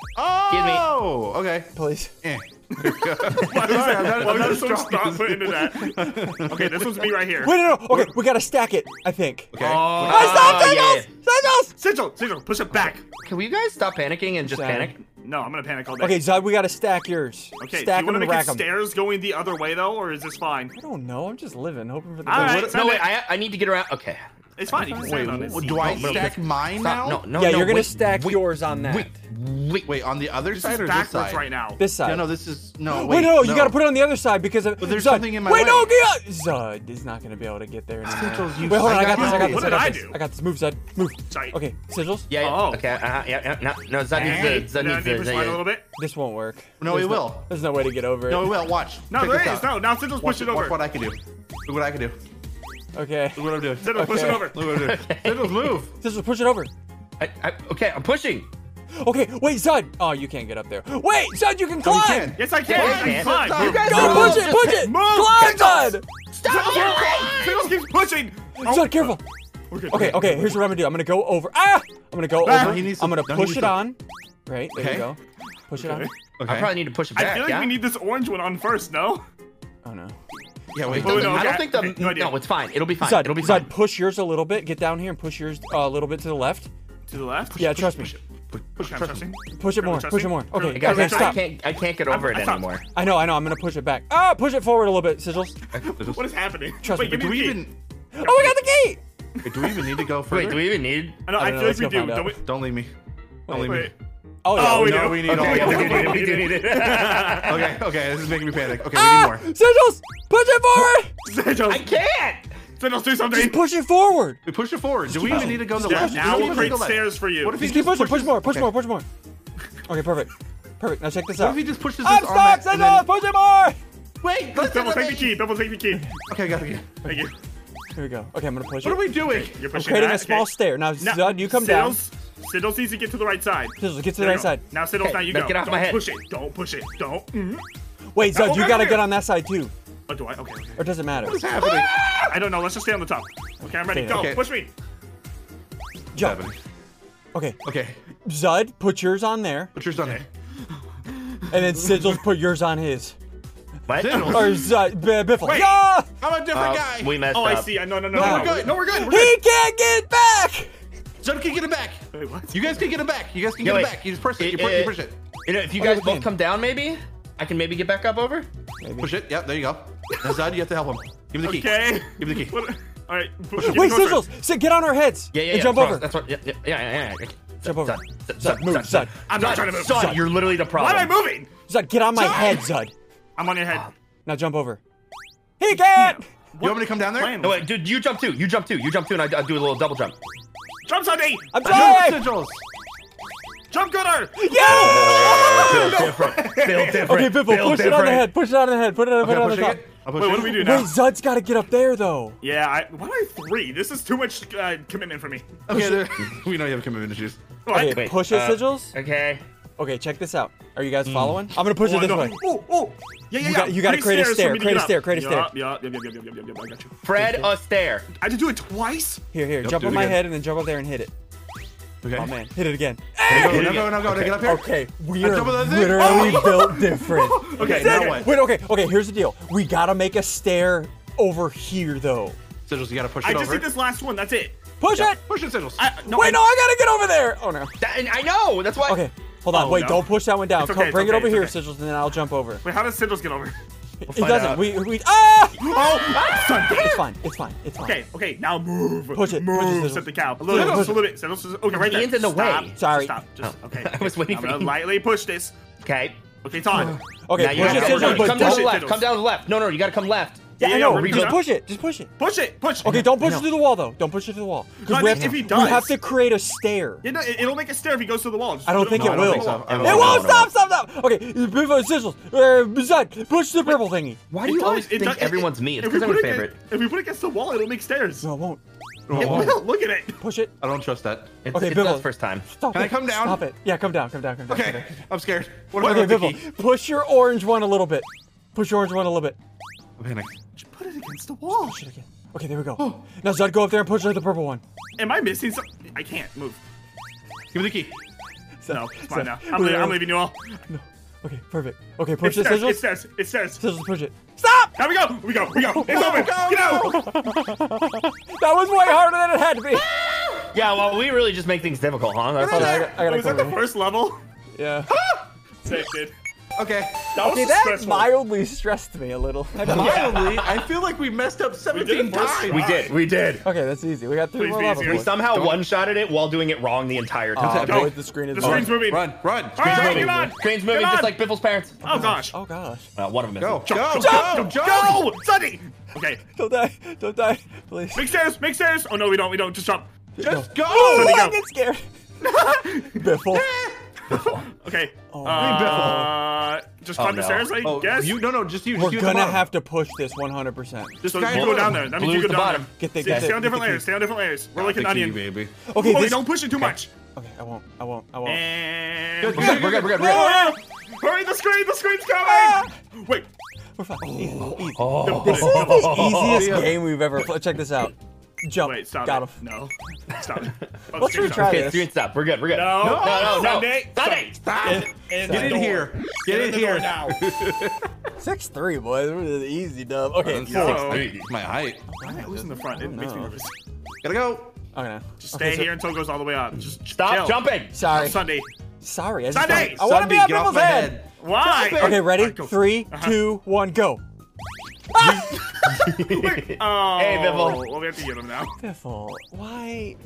[SPEAKER 4] Oh, okay.
[SPEAKER 1] please.
[SPEAKER 4] Eh. There we
[SPEAKER 3] <laughs>
[SPEAKER 4] go. Sorry, I'm not-
[SPEAKER 3] Why
[SPEAKER 4] I'm not
[SPEAKER 3] would
[SPEAKER 4] as
[SPEAKER 3] someone
[SPEAKER 4] strong
[SPEAKER 3] stop
[SPEAKER 4] as
[SPEAKER 3] putting
[SPEAKER 4] you.
[SPEAKER 3] into that?
[SPEAKER 4] <laughs>
[SPEAKER 3] Okay, this one's me right here.
[SPEAKER 1] Wait, no, no. Okay, we gotta stack it. I think.
[SPEAKER 4] Okay.
[SPEAKER 3] Oh.
[SPEAKER 1] I stopped,
[SPEAKER 2] Oh, yeah.
[SPEAKER 1] Seagulls! Seagulls!
[SPEAKER 3] Sigil, Sigil, push it back.
[SPEAKER 2] Can you guys stop panicking and just
[SPEAKER 1] Sorry.
[SPEAKER 2] panic?
[SPEAKER 3] No, I'm gonna panic all day.
[SPEAKER 1] Okay, Zod, we gotta stack yours.
[SPEAKER 3] Okay, do
[SPEAKER 1] stack
[SPEAKER 3] you want to
[SPEAKER 1] them and
[SPEAKER 3] make
[SPEAKER 1] rack
[SPEAKER 3] it
[SPEAKER 1] them.
[SPEAKER 3] stairs going the other way though, or is this fine?
[SPEAKER 1] I don't know. I'm just living, hoping for the
[SPEAKER 3] All
[SPEAKER 1] best.
[SPEAKER 3] right.
[SPEAKER 4] What-
[SPEAKER 2] No,
[SPEAKER 3] send
[SPEAKER 2] wait,
[SPEAKER 3] it.
[SPEAKER 2] I, I need to get around. Okay.
[SPEAKER 3] It's fine. You can stand on
[SPEAKER 4] Wait,
[SPEAKER 3] it.
[SPEAKER 4] w- do I stack mine now?
[SPEAKER 2] Stop. No, no,
[SPEAKER 1] yeah,
[SPEAKER 2] no,
[SPEAKER 1] you're gonna
[SPEAKER 2] wait,
[SPEAKER 1] stack yours on that.
[SPEAKER 2] Wait, wait, wait.
[SPEAKER 4] Wait, on the other
[SPEAKER 3] This
[SPEAKER 4] side or
[SPEAKER 3] is
[SPEAKER 4] this
[SPEAKER 3] backwards
[SPEAKER 4] side?
[SPEAKER 3] right now.
[SPEAKER 1] This side.
[SPEAKER 4] No, no, this is no.
[SPEAKER 1] Wait,
[SPEAKER 4] Wait,
[SPEAKER 1] no, you gotta put it on the other side because of,
[SPEAKER 4] But there's
[SPEAKER 1] Zod,
[SPEAKER 4] something in my
[SPEAKER 1] wait,
[SPEAKER 4] way.
[SPEAKER 1] no, get out. Zod is not gonna be able to get there anymore.
[SPEAKER 4] Sigils, you
[SPEAKER 1] Wait, hold on, I got
[SPEAKER 4] psycho.
[SPEAKER 1] this, I got this,
[SPEAKER 3] What
[SPEAKER 1] I
[SPEAKER 3] did
[SPEAKER 1] got
[SPEAKER 3] I
[SPEAKER 1] this.
[SPEAKER 3] do?
[SPEAKER 1] I got this, move, Zod, move.
[SPEAKER 3] Sorry.
[SPEAKER 1] Okay, Sigils,
[SPEAKER 2] Yeah, yeah.
[SPEAKER 3] Oh.
[SPEAKER 2] Okay. Uh-huh, yeah, yeah. No, no. Zod needs
[SPEAKER 3] Hey,
[SPEAKER 2] the. Zod
[SPEAKER 3] did I
[SPEAKER 2] needs
[SPEAKER 3] need to
[SPEAKER 2] the.
[SPEAKER 3] slide a little
[SPEAKER 2] Zod-
[SPEAKER 3] bit?
[SPEAKER 1] this won't work.
[SPEAKER 4] No, it
[SPEAKER 1] There's
[SPEAKER 4] will.
[SPEAKER 1] There's no way to get over it.
[SPEAKER 4] No, it will. Watch.
[SPEAKER 3] No,
[SPEAKER 4] Check
[SPEAKER 3] there
[SPEAKER 4] this
[SPEAKER 3] is.
[SPEAKER 4] out.
[SPEAKER 3] No, now Sigil's
[SPEAKER 4] Watch,
[SPEAKER 3] push it
[SPEAKER 4] watch what
[SPEAKER 3] over.
[SPEAKER 4] I can do. Look what I can do.
[SPEAKER 1] Okay.
[SPEAKER 4] Look what I'm doing.
[SPEAKER 3] Sigil, push it
[SPEAKER 1] Okay.
[SPEAKER 3] over.
[SPEAKER 4] Look what I'm doing. <laughs> Sigils, move.
[SPEAKER 1] Sigils, push it over.
[SPEAKER 2] I, I, okay, I'm pushing.
[SPEAKER 1] Okay, wait, Zod. Oh, you can't get up there. Wait, Zod, you can
[SPEAKER 4] No,
[SPEAKER 1] climb.
[SPEAKER 4] you can't.
[SPEAKER 3] Yes, I can.
[SPEAKER 2] Yeah,
[SPEAKER 3] I
[SPEAKER 2] you can.
[SPEAKER 3] can climb.
[SPEAKER 4] You guys
[SPEAKER 1] Go,
[SPEAKER 4] No,
[SPEAKER 1] push it, push it.
[SPEAKER 3] Move.
[SPEAKER 1] Climb,
[SPEAKER 3] Sigils.
[SPEAKER 1] Zod.
[SPEAKER 3] Sigil keeps pushing.
[SPEAKER 1] Zod, careful.
[SPEAKER 3] We're good.
[SPEAKER 1] Okay, okay, here's what I'm gonna do. I'm gonna go over. Ah! I'm gonna go
[SPEAKER 4] Ah,
[SPEAKER 1] over.
[SPEAKER 4] he needs
[SPEAKER 1] I'm
[SPEAKER 4] to-
[SPEAKER 1] gonna
[SPEAKER 4] no, he
[SPEAKER 1] push
[SPEAKER 4] needs
[SPEAKER 1] it
[SPEAKER 4] to-
[SPEAKER 1] on. Right, there
[SPEAKER 4] Okay.
[SPEAKER 1] you go. Push it on.
[SPEAKER 4] Okay.
[SPEAKER 2] I probably need to push it back.
[SPEAKER 3] I feel like
[SPEAKER 2] yeah?
[SPEAKER 3] we need this orange one on first, no?
[SPEAKER 1] Oh no.
[SPEAKER 4] Yeah, wait.
[SPEAKER 2] It doesn't-
[SPEAKER 3] Oh, no,
[SPEAKER 2] I don't
[SPEAKER 3] okay.
[SPEAKER 2] think the.
[SPEAKER 3] Okay, no
[SPEAKER 2] no,
[SPEAKER 3] idea.
[SPEAKER 2] it's fine. It'll be fine.
[SPEAKER 1] Zod,
[SPEAKER 2] It'll be
[SPEAKER 1] Zod,
[SPEAKER 2] fine.
[SPEAKER 1] push yours a little bit. Get down here and push yours uh, a little bit to the left.
[SPEAKER 3] To the left?
[SPEAKER 1] Yeah, trust me.
[SPEAKER 4] Push it. Push, push,
[SPEAKER 3] Okay, I'm
[SPEAKER 4] push it.
[SPEAKER 3] trusting.
[SPEAKER 1] Push it more.
[SPEAKER 3] Trust
[SPEAKER 1] Push
[SPEAKER 3] me.
[SPEAKER 1] it more.
[SPEAKER 3] Trust
[SPEAKER 1] Okay,
[SPEAKER 3] me.
[SPEAKER 2] Guys,
[SPEAKER 1] okay,
[SPEAKER 2] I, I
[SPEAKER 1] stop.
[SPEAKER 2] can't. I can't get over
[SPEAKER 3] I
[SPEAKER 2] it
[SPEAKER 3] stopped.
[SPEAKER 2] anymore.
[SPEAKER 1] I know, I know. I'm gonna push it back. Ah, push it forward a little bit, Sigils.
[SPEAKER 4] Sigils.
[SPEAKER 3] What is happening?
[SPEAKER 1] Trust
[SPEAKER 3] Wait,
[SPEAKER 1] me,
[SPEAKER 3] give
[SPEAKER 4] Do
[SPEAKER 3] me
[SPEAKER 4] we
[SPEAKER 3] the key.
[SPEAKER 4] even?
[SPEAKER 1] Oh, we got the key.
[SPEAKER 4] Wait, do we even need to go further?
[SPEAKER 2] Wait, do we even need?
[SPEAKER 3] I know, I
[SPEAKER 1] don't know,
[SPEAKER 3] feel like
[SPEAKER 1] let's
[SPEAKER 3] we
[SPEAKER 1] go
[SPEAKER 3] do.
[SPEAKER 1] find
[SPEAKER 3] Don't
[SPEAKER 1] out.
[SPEAKER 3] we?
[SPEAKER 4] Don't leave me. Don't leave me.
[SPEAKER 3] Wait.
[SPEAKER 1] Oh yeah.
[SPEAKER 3] Oh, we
[SPEAKER 1] no.
[SPEAKER 4] No,
[SPEAKER 3] do.
[SPEAKER 4] we need all.
[SPEAKER 2] Okay, yeah, we do
[SPEAKER 4] Okay,
[SPEAKER 2] need it. We do need it.
[SPEAKER 4] okay, okay. This is making me panic. Okay,
[SPEAKER 1] Ah,
[SPEAKER 4] we need more.
[SPEAKER 1] Sigils, push it forward.
[SPEAKER 2] I
[SPEAKER 3] Sigil,
[SPEAKER 2] can't.
[SPEAKER 3] Sigil, do something.
[SPEAKER 1] Just push it forward.
[SPEAKER 4] We push it forward. Do we even need to go to the
[SPEAKER 3] Yeah,
[SPEAKER 4] left?
[SPEAKER 3] now
[SPEAKER 4] Do we
[SPEAKER 3] we'll
[SPEAKER 4] even
[SPEAKER 3] create
[SPEAKER 4] go to the left?
[SPEAKER 3] stairs for you.
[SPEAKER 4] What if he
[SPEAKER 1] Just keep
[SPEAKER 4] just
[SPEAKER 1] pushing. Push
[SPEAKER 4] pushes-
[SPEAKER 1] more. Push
[SPEAKER 4] okay.
[SPEAKER 1] more. Push more. Okay, perfect. Perfect. Now check this out.
[SPEAKER 4] What if he just pushes
[SPEAKER 1] I'm
[SPEAKER 4] this on
[SPEAKER 1] stuck,
[SPEAKER 4] that? and then-
[SPEAKER 1] Sigils. Push it more.
[SPEAKER 4] Wait, let's
[SPEAKER 3] Double take the key. Double take the key.
[SPEAKER 4] Okay, I got it.
[SPEAKER 3] Thank you.
[SPEAKER 1] Here we go. Okay, I'm gonna push
[SPEAKER 4] What
[SPEAKER 1] it.
[SPEAKER 4] are we doing?
[SPEAKER 3] You're
[SPEAKER 1] I'm
[SPEAKER 3] pushing
[SPEAKER 1] creating
[SPEAKER 3] that.
[SPEAKER 1] a small
[SPEAKER 3] okay.
[SPEAKER 1] stair. Now,
[SPEAKER 3] Now,
[SPEAKER 1] Zod, you come down.
[SPEAKER 3] Sigils, Sigils needs to get to the right side.
[SPEAKER 1] Sigils, get to the
[SPEAKER 3] There you
[SPEAKER 1] right
[SPEAKER 3] go.
[SPEAKER 1] side.
[SPEAKER 3] Now, Sigils,
[SPEAKER 2] Okay,
[SPEAKER 3] now you
[SPEAKER 2] now
[SPEAKER 3] go.
[SPEAKER 2] get off
[SPEAKER 3] Don't
[SPEAKER 2] my head.
[SPEAKER 3] push it. Don't push it. Don't. Mm.
[SPEAKER 1] Wait,
[SPEAKER 3] Now,
[SPEAKER 1] Zod,
[SPEAKER 3] go
[SPEAKER 1] you
[SPEAKER 3] back
[SPEAKER 1] gotta
[SPEAKER 3] here.
[SPEAKER 1] get on that side too.
[SPEAKER 3] Oh, do I? Okay. okay.
[SPEAKER 1] Or does it matter?
[SPEAKER 4] What's happening?
[SPEAKER 3] I don't know. Let's just stay on the top. Okay, I'm ready.
[SPEAKER 1] Okay,
[SPEAKER 3] Go.
[SPEAKER 4] okay.
[SPEAKER 3] Push me.
[SPEAKER 1] Jump.
[SPEAKER 4] happening?
[SPEAKER 1] Okay,
[SPEAKER 4] Okay,
[SPEAKER 1] Zud, put yours on there,
[SPEAKER 4] put yours on there.
[SPEAKER 1] and then Sigils put yours on his.
[SPEAKER 2] What?
[SPEAKER 3] Oh,
[SPEAKER 4] Sigils.
[SPEAKER 1] Or Zud, B- Biffle.
[SPEAKER 3] Wait.
[SPEAKER 1] Yeah!
[SPEAKER 4] I'm a different
[SPEAKER 2] Uh,
[SPEAKER 4] guy.
[SPEAKER 2] we messed
[SPEAKER 3] Oh,
[SPEAKER 2] up.
[SPEAKER 3] I see. I- No, no, no,
[SPEAKER 4] no,
[SPEAKER 3] no.
[SPEAKER 4] we're good. No, we're good. We're good.
[SPEAKER 1] He can't get back!
[SPEAKER 4] Zod can get it back.
[SPEAKER 3] Wait, what?
[SPEAKER 4] You guys can get it back. You guys can
[SPEAKER 2] Yeah,
[SPEAKER 4] get it
[SPEAKER 2] wait.
[SPEAKER 4] back. You just push it. You
[SPEAKER 2] It-
[SPEAKER 4] push, you
[SPEAKER 2] it-
[SPEAKER 4] push it.
[SPEAKER 2] You know, if you
[SPEAKER 1] Okay,
[SPEAKER 2] guys
[SPEAKER 1] we
[SPEAKER 2] both
[SPEAKER 1] can.
[SPEAKER 2] come down, maybe I can maybe get back up over.
[SPEAKER 4] Push it. Yep, there you go. Now, Zod, you have to help him. Give him the key.
[SPEAKER 3] Okay.
[SPEAKER 4] Give me the key.
[SPEAKER 3] What- All right.
[SPEAKER 1] Wait, Sigils, sit, get on our heads.
[SPEAKER 2] Yeah, yeah,
[SPEAKER 1] and
[SPEAKER 2] yeah.
[SPEAKER 1] jump
[SPEAKER 2] cross.
[SPEAKER 1] over.
[SPEAKER 2] That's what. Yeah, yeah, yeah. yeah, yeah.
[SPEAKER 1] Jump over.
[SPEAKER 2] Zod,
[SPEAKER 1] Zod, move, Zod.
[SPEAKER 3] I'm not trying to move.
[SPEAKER 2] Zod,
[SPEAKER 3] Zod.
[SPEAKER 2] you're literally the
[SPEAKER 3] Why
[SPEAKER 2] problem.
[SPEAKER 3] am I moving?
[SPEAKER 1] Zud, get on my head, Zud.
[SPEAKER 3] I'm on your head.
[SPEAKER 1] Now jump over. He can't!
[SPEAKER 4] You want me to come down there?
[SPEAKER 3] Plan
[SPEAKER 2] No, wait, dude, you jump too. You jump too. You jump too, and I, I do a little double jump.
[SPEAKER 3] Jump, Sunday!
[SPEAKER 1] I'm
[SPEAKER 4] Jump,
[SPEAKER 1] trying!
[SPEAKER 4] Sigils.
[SPEAKER 3] Jump, Gunnar!
[SPEAKER 1] Yeah!
[SPEAKER 2] <laughs> Feel different.
[SPEAKER 3] <laughs>
[SPEAKER 2] Feel different.
[SPEAKER 1] Okay, Biffle,
[SPEAKER 2] Feel
[SPEAKER 1] push
[SPEAKER 2] different.
[SPEAKER 1] it on the head. Push it on the head. Put it on, put it
[SPEAKER 4] Okay, I'm
[SPEAKER 1] on the
[SPEAKER 4] pushing
[SPEAKER 1] top.
[SPEAKER 4] it. I'm
[SPEAKER 3] Wait,
[SPEAKER 4] pushing
[SPEAKER 3] what do we
[SPEAKER 4] it.
[SPEAKER 3] do now?
[SPEAKER 1] Wait, Zud's gotta get up there, though.
[SPEAKER 3] Yeah, I, why do I have three? This is too much uh, commitment for me.
[SPEAKER 4] <laughs> Okay, there- we know you have commitment issues.
[SPEAKER 3] What?
[SPEAKER 1] Okay,
[SPEAKER 2] Wait,
[SPEAKER 1] push it,
[SPEAKER 2] uh, Hmm.
[SPEAKER 1] Sigils.
[SPEAKER 2] Okay.
[SPEAKER 1] Okay, check this out. Are you guys following? I'm gonna push it this way.
[SPEAKER 3] Oh, oh. Yeah,
[SPEAKER 1] You
[SPEAKER 3] yeah, yeah.
[SPEAKER 1] got- you gotta create a
[SPEAKER 3] stairs for
[SPEAKER 1] stair,
[SPEAKER 3] me to
[SPEAKER 1] create
[SPEAKER 3] get
[SPEAKER 1] a
[SPEAKER 3] up.
[SPEAKER 1] stair, create a
[SPEAKER 3] yeah,
[SPEAKER 1] stair.
[SPEAKER 3] Yeah, yeah, yeah, yeah, yeah, yeah, yeah, I got you.
[SPEAKER 2] Fred Astaire.
[SPEAKER 3] I had to do it twice?
[SPEAKER 1] Here, here,
[SPEAKER 2] Nope,
[SPEAKER 1] jump
[SPEAKER 2] do it
[SPEAKER 1] on my
[SPEAKER 2] again.
[SPEAKER 1] head and then jump up there and hit it.
[SPEAKER 4] Okay.
[SPEAKER 1] Oh man, hit it again.
[SPEAKER 4] Now go,
[SPEAKER 2] Hey!
[SPEAKER 4] now go, now go. Now get up here.
[SPEAKER 1] Okay, we
[SPEAKER 4] I
[SPEAKER 1] are
[SPEAKER 4] jump on that thing?
[SPEAKER 1] literally
[SPEAKER 3] Oh!
[SPEAKER 1] built
[SPEAKER 3] <laughs>
[SPEAKER 1] different.
[SPEAKER 3] Okay,
[SPEAKER 4] Now
[SPEAKER 3] okay.
[SPEAKER 4] what?
[SPEAKER 1] Wait, okay, okay, here's the deal. We gotta make a stair over here though.
[SPEAKER 4] So just you gotta push it
[SPEAKER 3] I just
[SPEAKER 4] over.
[SPEAKER 3] did this last one. That's it.
[SPEAKER 1] Push it!
[SPEAKER 4] Push it, Sigils.
[SPEAKER 3] I, no, I-
[SPEAKER 1] Wait, no, I gotta get over there! Oh no.
[SPEAKER 2] That- and I know. That's why.
[SPEAKER 1] Okay, hold on,
[SPEAKER 3] Oh,
[SPEAKER 1] wait,
[SPEAKER 3] no.
[SPEAKER 1] don't push that one down.
[SPEAKER 3] It's
[SPEAKER 1] Come-
[SPEAKER 3] okay, it's
[SPEAKER 1] bring it
[SPEAKER 3] okay,
[SPEAKER 1] over
[SPEAKER 3] it's
[SPEAKER 1] here,
[SPEAKER 3] okay.
[SPEAKER 1] Sigils, and then I'll jump over.
[SPEAKER 3] Wait, how does Sindles
[SPEAKER 1] <laughs>
[SPEAKER 3] get over?
[SPEAKER 1] it
[SPEAKER 2] find
[SPEAKER 1] doesn't.
[SPEAKER 2] out.
[SPEAKER 1] We, we, ah!
[SPEAKER 3] Oh, Sunday.
[SPEAKER 1] It's fine, it's fine, it's fine.
[SPEAKER 3] Okay, okay, now move.
[SPEAKER 1] Push it, push it,
[SPEAKER 3] Move,
[SPEAKER 1] Sindles.
[SPEAKER 3] set the cow. A
[SPEAKER 1] Push
[SPEAKER 3] little
[SPEAKER 1] it,
[SPEAKER 3] bit,
[SPEAKER 1] push
[SPEAKER 3] just a little bit. Sindles, just- okay, right there.
[SPEAKER 2] Ian's in the
[SPEAKER 3] Stop,
[SPEAKER 2] way. Oh.
[SPEAKER 1] Sorry.
[SPEAKER 3] Stop. Just, okay.
[SPEAKER 2] <laughs> I was waiting
[SPEAKER 3] I'm
[SPEAKER 2] for
[SPEAKER 3] gonna
[SPEAKER 2] you.
[SPEAKER 3] lightly push this.
[SPEAKER 2] Okay.
[SPEAKER 3] Okay, it's on.
[SPEAKER 1] <sighs> Okay,
[SPEAKER 2] Now you
[SPEAKER 1] push
[SPEAKER 2] gotta
[SPEAKER 1] it,
[SPEAKER 2] come,
[SPEAKER 3] gotta Sigils,
[SPEAKER 2] no,
[SPEAKER 1] Sigils,
[SPEAKER 2] you
[SPEAKER 1] but don't.
[SPEAKER 2] come down to
[SPEAKER 3] push
[SPEAKER 2] the
[SPEAKER 3] it,
[SPEAKER 2] left.
[SPEAKER 3] Sigils.
[SPEAKER 2] Come down to the left. No, no, you gotta come left.
[SPEAKER 1] yeah, I
[SPEAKER 3] Yeah,
[SPEAKER 1] know,
[SPEAKER 3] we're
[SPEAKER 1] just
[SPEAKER 2] good.
[SPEAKER 1] push it, just push it.
[SPEAKER 3] Push it, push.
[SPEAKER 1] Okay, don't push
[SPEAKER 4] No.
[SPEAKER 1] it to the wall though. Don't push it to the wall. 'Cause
[SPEAKER 3] But
[SPEAKER 1] we
[SPEAKER 3] if-
[SPEAKER 1] have-
[SPEAKER 3] if he
[SPEAKER 1] we have
[SPEAKER 3] does-
[SPEAKER 1] to create a stair.
[SPEAKER 3] Yeah, no, it- it'll make a stair if he goes to the wall. Just
[SPEAKER 1] I don't
[SPEAKER 3] put
[SPEAKER 1] think
[SPEAKER 3] on
[SPEAKER 1] it
[SPEAKER 3] the
[SPEAKER 1] will.
[SPEAKER 3] wall.
[SPEAKER 1] It
[SPEAKER 4] so. I don't
[SPEAKER 1] won't
[SPEAKER 4] think so.
[SPEAKER 1] stop, stop, stop. Okay, Bivo Sigils, uh, Bizet, push the purple thingy.
[SPEAKER 2] Why
[SPEAKER 3] It
[SPEAKER 2] do you
[SPEAKER 3] does-
[SPEAKER 2] always
[SPEAKER 3] it
[SPEAKER 2] think
[SPEAKER 3] does- it-
[SPEAKER 2] everyone's me? It's
[SPEAKER 3] if we
[SPEAKER 2] because I'm your
[SPEAKER 3] put it-
[SPEAKER 2] favorite.
[SPEAKER 3] If we put it against the wall, it'll make stairs.
[SPEAKER 1] No, it won't.
[SPEAKER 3] <laughs> It
[SPEAKER 4] Oh.
[SPEAKER 3] will. Look at it.
[SPEAKER 1] Push it.
[SPEAKER 4] I don't trust that.
[SPEAKER 2] It's,
[SPEAKER 1] Okay,
[SPEAKER 2] it's
[SPEAKER 1] Bibble.
[SPEAKER 2] us first time.
[SPEAKER 1] Stop
[SPEAKER 4] Can
[SPEAKER 1] it.
[SPEAKER 4] I come down?
[SPEAKER 1] Stop it. Yeah, come down, come down, come down.
[SPEAKER 4] Okay, I'm scared. What
[SPEAKER 1] come
[SPEAKER 4] am
[SPEAKER 1] down.
[SPEAKER 4] I
[SPEAKER 1] Okay,
[SPEAKER 4] doing?
[SPEAKER 1] Bivo, push your orange one a little bit. Push your orange one a little bit.
[SPEAKER 4] I'm panicked.
[SPEAKER 3] Just put it against the wall.
[SPEAKER 1] Push it again. Okay, there we go. Now Zed, go up there and push the purple one.
[SPEAKER 3] Am I missing something? I can't move.
[SPEAKER 4] Give me the key.
[SPEAKER 3] No, it's fine now.
[SPEAKER 1] Zed,
[SPEAKER 3] I'm, leaving,
[SPEAKER 1] literally-
[SPEAKER 3] I'm leaving you all.
[SPEAKER 1] Okay, perfect. Okay,
[SPEAKER 3] It
[SPEAKER 1] push it,
[SPEAKER 3] stairs. It
[SPEAKER 1] Sigils.
[SPEAKER 3] stairs. It stairs.
[SPEAKER 1] Sigils, push it. Stop!
[SPEAKER 3] Now we go. We go. We go. It's
[SPEAKER 4] Go,
[SPEAKER 3] open.
[SPEAKER 4] go,
[SPEAKER 3] Get out.
[SPEAKER 4] go.
[SPEAKER 1] That was way harder than it had to be.
[SPEAKER 2] Yeah, well, we really just make things difficult, huh? That's
[SPEAKER 1] Hold on,
[SPEAKER 2] all.
[SPEAKER 1] I gotta- I gotta
[SPEAKER 3] was
[SPEAKER 1] come
[SPEAKER 3] Oh, that the
[SPEAKER 1] over here.
[SPEAKER 3] first level?
[SPEAKER 1] Yeah.
[SPEAKER 3] Sick, dude.
[SPEAKER 4] Okay.
[SPEAKER 3] That was
[SPEAKER 1] Okay,
[SPEAKER 3] just
[SPEAKER 1] that
[SPEAKER 3] stressful.
[SPEAKER 1] mildly stressed me a little. <laughs>
[SPEAKER 4] Mildly, I feel like we messed up
[SPEAKER 3] We did
[SPEAKER 4] 17
[SPEAKER 3] it first
[SPEAKER 4] times.
[SPEAKER 2] We
[SPEAKER 3] try.
[SPEAKER 2] did. We did.
[SPEAKER 1] Okay, that's easy. We got three
[SPEAKER 3] Please
[SPEAKER 1] more
[SPEAKER 3] be
[SPEAKER 1] levels.
[SPEAKER 3] easier.
[SPEAKER 2] We somehow
[SPEAKER 4] Don't-
[SPEAKER 2] one-shotted it while doing it wrong the entire time.
[SPEAKER 1] Oh, wait, the screen is
[SPEAKER 3] The
[SPEAKER 1] on.
[SPEAKER 3] screen's moving.
[SPEAKER 4] Run, run.
[SPEAKER 3] All right,
[SPEAKER 2] Moving.
[SPEAKER 3] get on.
[SPEAKER 2] Train's
[SPEAKER 3] Get
[SPEAKER 2] moving just
[SPEAKER 3] on.
[SPEAKER 2] like Biffle's parents.
[SPEAKER 3] Oh gosh.
[SPEAKER 1] Oh gosh.
[SPEAKER 2] Uh, one of them is.
[SPEAKER 4] Go,
[SPEAKER 2] Jump,
[SPEAKER 4] go,
[SPEAKER 2] jump.
[SPEAKER 4] go, go.
[SPEAKER 3] Go, Sunny. Okay.
[SPEAKER 1] Don't die. Don't die. Please.
[SPEAKER 3] Make stairs. Make stairs. Oh no, we don't. We don't. Just jump.
[SPEAKER 4] Just
[SPEAKER 1] Oh,
[SPEAKER 4] go.
[SPEAKER 3] Sunny,
[SPEAKER 1] I
[SPEAKER 3] go.
[SPEAKER 1] get
[SPEAKER 3] <laughs>
[SPEAKER 1] scared. Biffle.
[SPEAKER 3] Okay.
[SPEAKER 1] Oh.
[SPEAKER 3] uh, just climb
[SPEAKER 2] Oh,
[SPEAKER 3] the
[SPEAKER 2] no.
[SPEAKER 3] stairs, I
[SPEAKER 4] Oh,
[SPEAKER 3] guess.
[SPEAKER 4] you no no just you.
[SPEAKER 1] We're
[SPEAKER 4] just you at the
[SPEAKER 1] gonna
[SPEAKER 4] bottom.
[SPEAKER 1] have to push this 100%.
[SPEAKER 3] just so
[SPEAKER 4] guy
[SPEAKER 3] you
[SPEAKER 4] below.
[SPEAKER 3] go down there. That means
[SPEAKER 2] Blue's
[SPEAKER 3] you go
[SPEAKER 2] the
[SPEAKER 3] down
[SPEAKER 2] bottom.
[SPEAKER 3] there.
[SPEAKER 1] Get the-
[SPEAKER 3] stay,
[SPEAKER 1] get
[SPEAKER 3] stay
[SPEAKER 1] the-
[SPEAKER 3] on
[SPEAKER 1] get
[SPEAKER 3] different
[SPEAKER 1] the
[SPEAKER 3] layers.
[SPEAKER 1] key.
[SPEAKER 3] Stay on different layers. We're like
[SPEAKER 4] The
[SPEAKER 3] an
[SPEAKER 4] key,
[SPEAKER 3] onion.
[SPEAKER 4] E, baby.
[SPEAKER 1] Okay,
[SPEAKER 3] oh, wait,
[SPEAKER 1] this-
[SPEAKER 3] <laughs> don't push it too much.
[SPEAKER 1] Okay, Oh. I won't. I won't. I won't.
[SPEAKER 3] And Oh,
[SPEAKER 4] Good,
[SPEAKER 3] <laughs>
[SPEAKER 4] good,
[SPEAKER 2] We're good. We're good. We're good.
[SPEAKER 1] Ah!
[SPEAKER 3] hurry, the screen. The screen's
[SPEAKER 1] Ah! Oh.
[SPEAKER 3] coming. Wait.
[SPEAKER 1] We're fine. Easy. Easy.
[SPEAKER 2] Oh,
[SPEAKER 3] This
[SPEAKER 1] <laughs>
[SPEAKER 3] is the
[SPEAKER 1] Easiest
[SPEAKER 4] Oh. Yeah.
[SPEAKER 1] game we've ever played. Check this out. Jump.
[SPEAKER 3] Wait, stop
[SPEAKER 1] Got
[SPEAKER 3] it.
[SPEAKER 1] him.
[SPEAKER 3] No.
[SPEAKER 1] <laughs>
[SPEAKER 3] Stop it. Oh,
[SPEAKER 1] Let's
[SPEAKER 3] screen
[SPEAKER 1] retry
[SPEAKER 3] stop.
[SPEAKER 2] Okay, screen stop. We're good. We're good.
[SPEAKER 3] No.
[SPEAKER 2] no, no, no.
[SPEAKER 3] Sunday.
[SPEAKER 2] Sunday.
[SPEAKER 4] Stop. Get in here. Get in here.
[SPEAKER 3] now.
[SPEAKER 1] 6-3, boys. It was an easy dub. Okay,
[SPEAKER 4] Yeah.
[SPEAKER 1] four.
[SPEAKER 3] Oh.
[SPEAKER 4] It's My height.
[SPEAKER 3] Why am I losing the front? It makes me
[SPEAKER 1] know.
[SPEAKER 3] nervous.
[SPEAKER 4] Gotta go.
[SPEAKER 1] Okay.
[SPEAKER 3] Just stay here until it goes all the way up. Just
[SPEAKER 2] Stop
[SPEAKER 3] chill.
[SPEAKER 2] jumping. <laughs>
[SPEAKER 1] Sorry.
[SPEAKER 3] Sunday.
[SPEAKER 1] Sorry. I just
[SPEAKER 3] Sunday!
[SPEAKER 1] wanna- I want to be on
[SPEAKER 4] get off
[SPEAKER 1] people's
[SPEAKER 4] my
[SPEAKER 1] head.
[SPEAKER 4] head.
[SPEAKER 3] Why?
[SPEAKER 1] Okay, ready?
[SPEAKER 3] Alright, go.
[SPEAKER 1] Three,
[SPEAKER 3] Uh-huh.
[SPEAKER 1] two, one, go.
[SPEAKER 3] Oh,
[SPEAKER 2] Hey, Biffle.
[SPEAKER 3] Well, we have to get him now.
[SPEAKER 1] Biffle, why?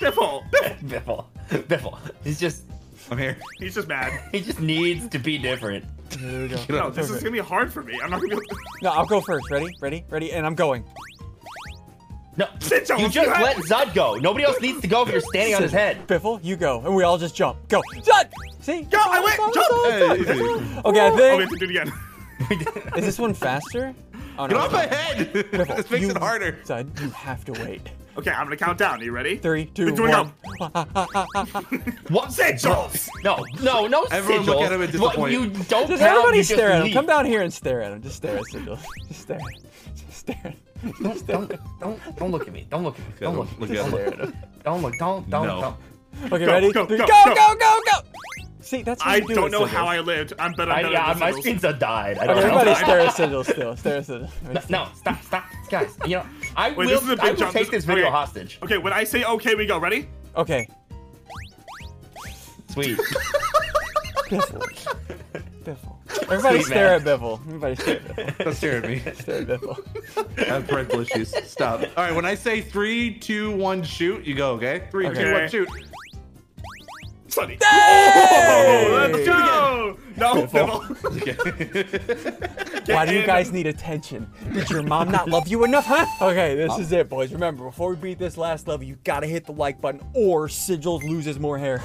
[SPEAKER 3] Biffle.
[SPEAKER 2] Biffle. Biffle. He's just.
[SPEAKER 4] I'm here.
[SPEAKER 3] He's just mad.
[SPEAKER 2] He just needs to be different.
[SPEAKER 1] Here we go.
[SPEAKER 4] Get
[SPEAKER 3] No,
[SPEAKER 4] up.
[SPEAKER 3] this is gonna be hard for me. I'm not gonna be.
[SPEAKER 1] <laughs> No, I'll go first. Ready? Ready? Ready? And I'm going.
[SPEAKER 2] No,
[SPEAKER 3] Sit down,
[SPEAKER 2] you just
[SPEAKER 3] Brad.
[SPEAKER 2] let Zod go. Nobody else needs to go if you're standing on his head.
[SPEAKER 1] Biffle, you go. And we all just jump. Go. Zut! See?
[SPEAKER 3] Yo, I went!
[SPEAKER 1] Zut,
[SPEAKER 3] Jump!
[SPEAKER 1] zut, zut.
[SPEAKER 4] Hey, easy.
[SPEAKER 1] Okay, I
[SPEAKER 3] Oh, we have
[SPEAKER 1] think.
[SPEAKER 3] to do it again. <laughs>
[SPEAKER 1] Is this one faster? Oh,
[SPEAKER 4] Get
[SPEAKER 1] no.
[SPEAKER 4] off my <laughs> head. This makes
[SPEAKER 1] you-
[SPEAKER 4] it harder.
[SPEAKER 1] Zut, you have to wait.
[SPEAKER 3] Okay, I'm gonna count down. Are you ready?
[SPEAKER 1] Three, two,
[SPEAKER 3] It's doing
[SPEAKER 1] one.
[SPEAKER 2] What?
[SPEAKER 3] Sit, Charles.
[SPEAKER 2] No, no, no.
[SPEAKER 4] Everyone look
[SPEAKER 2] sigil.
[SPEAKER 4] at him and
[SPEAKER 2] What,
[SPEAKER 4] disappointed.
[SPEAKER 2] You don't.
[SPEAKER 1] Just
[SPEAKER 2] count,
[SPEAKER 1] everybody
[SPEAKER 2] you just
[SPEAKER 1] stare at him.
[SPEAKER 2] leave.
[SPEAKER 1] Come down here and stare at him. Just stare at Sigil. Just stare. Just stare. Just stare.
[SPEAKER 2] Don't, don't, don't look at me. Don't look at me. Don't look.
[SPEAKER 4] Look
[SPEAKER 2] Look at
[SPEAKER 4] at
[SPEAKER 2] me. Don't look. Don't, don't,
[SPEAKER 4] No.
[SPEAKER 2] don't.
[SPEAKER 1] Okay,
[SPEAKER 3] Go,
[SPEAKER 1] ready?
[SPEAKER 3] go,
[SPEAKER 1] Three-
[SPEAKER 3] go,
[SPEAKER 1] go,
[SPEAKER 3] go.
[SPEAKER 1] go, go, go. See, that's how
[SPEAKER 3] I
[SPEAKER 1] you do
[SPEAKER 3] don't
[SPEAKER 1] it,
[SPEAKER 3] know
[SPEAKER 1] Sigil.
[SPEAKER 3] how I lived. I'm better.
[SPEAKER 2] I,
[SPEAKER 3] better
[SPEAKER 2] yeah,
[SPEAKER 3] than
[SPEAKER 2] my
[SPEAKER 3] Sigils.
[SPEAKER 2] screen's a died. I don't
[SPEAKER 1] Okay,
[SPEAKER 2] know.
[SPEAKER 1] everybody
[SPEAKER 2] why.
[SPEAKER 1] stare at Sigil still. Still, stare at
[SPEAKER 2] <laughs>
[SPEAKER 1] Sigil.
[SPEAKER 2] No, stop, stop, guys. You know, I
[SPEAKER 3] Wait,
[SPEAKER 2] will.
[SPEAKER 3] this is a big
[SPEAKER 2] I will
[SPEAKER 3] jump.
[SPEAKER 2] take
[SPEAKER 3] This-
[SPEAKER 2] this video
[SPEAKER 3] okay.
[SPEAKER 2] hostage.
[SPEAKER 3] Okay, when I say okay, we go. Ready?
[SPEAKER 1] Okay.
[SPEAKER 2] Sweet.
[SPEAKER 1] Biffle. Biffle. Everybody
[SPEAKER 2] Sweet
[SPEAKER 1] stare
[SPEAKER 2] man.
[SPEAKER 1] at Biffle. Everybody stare at Biffle.
[SPEAKER 4] Don't stare at me.
[SPEAKER 1] Stare at Biffle.
[SPEAKER 4] I have parental issues. Stop. All right, when I say three, two, one, shoot, you go. Okay. Three, two, one,
[SPEAKER 1] Okay.
[SPEAKER 4] shoot. Oh,
[SPEAKER 3] Sunny.
[SPEAKER 1] Hey!
[SPEAKER 3] Let's go. No, Biffle.
[SPEAKER 1] Why do you guys need attention? Did your mom not love you enough, huh? Okay, this is it, boys. Remember, before we beat this last level, you gotta hit the like button or Sigils loses more hair.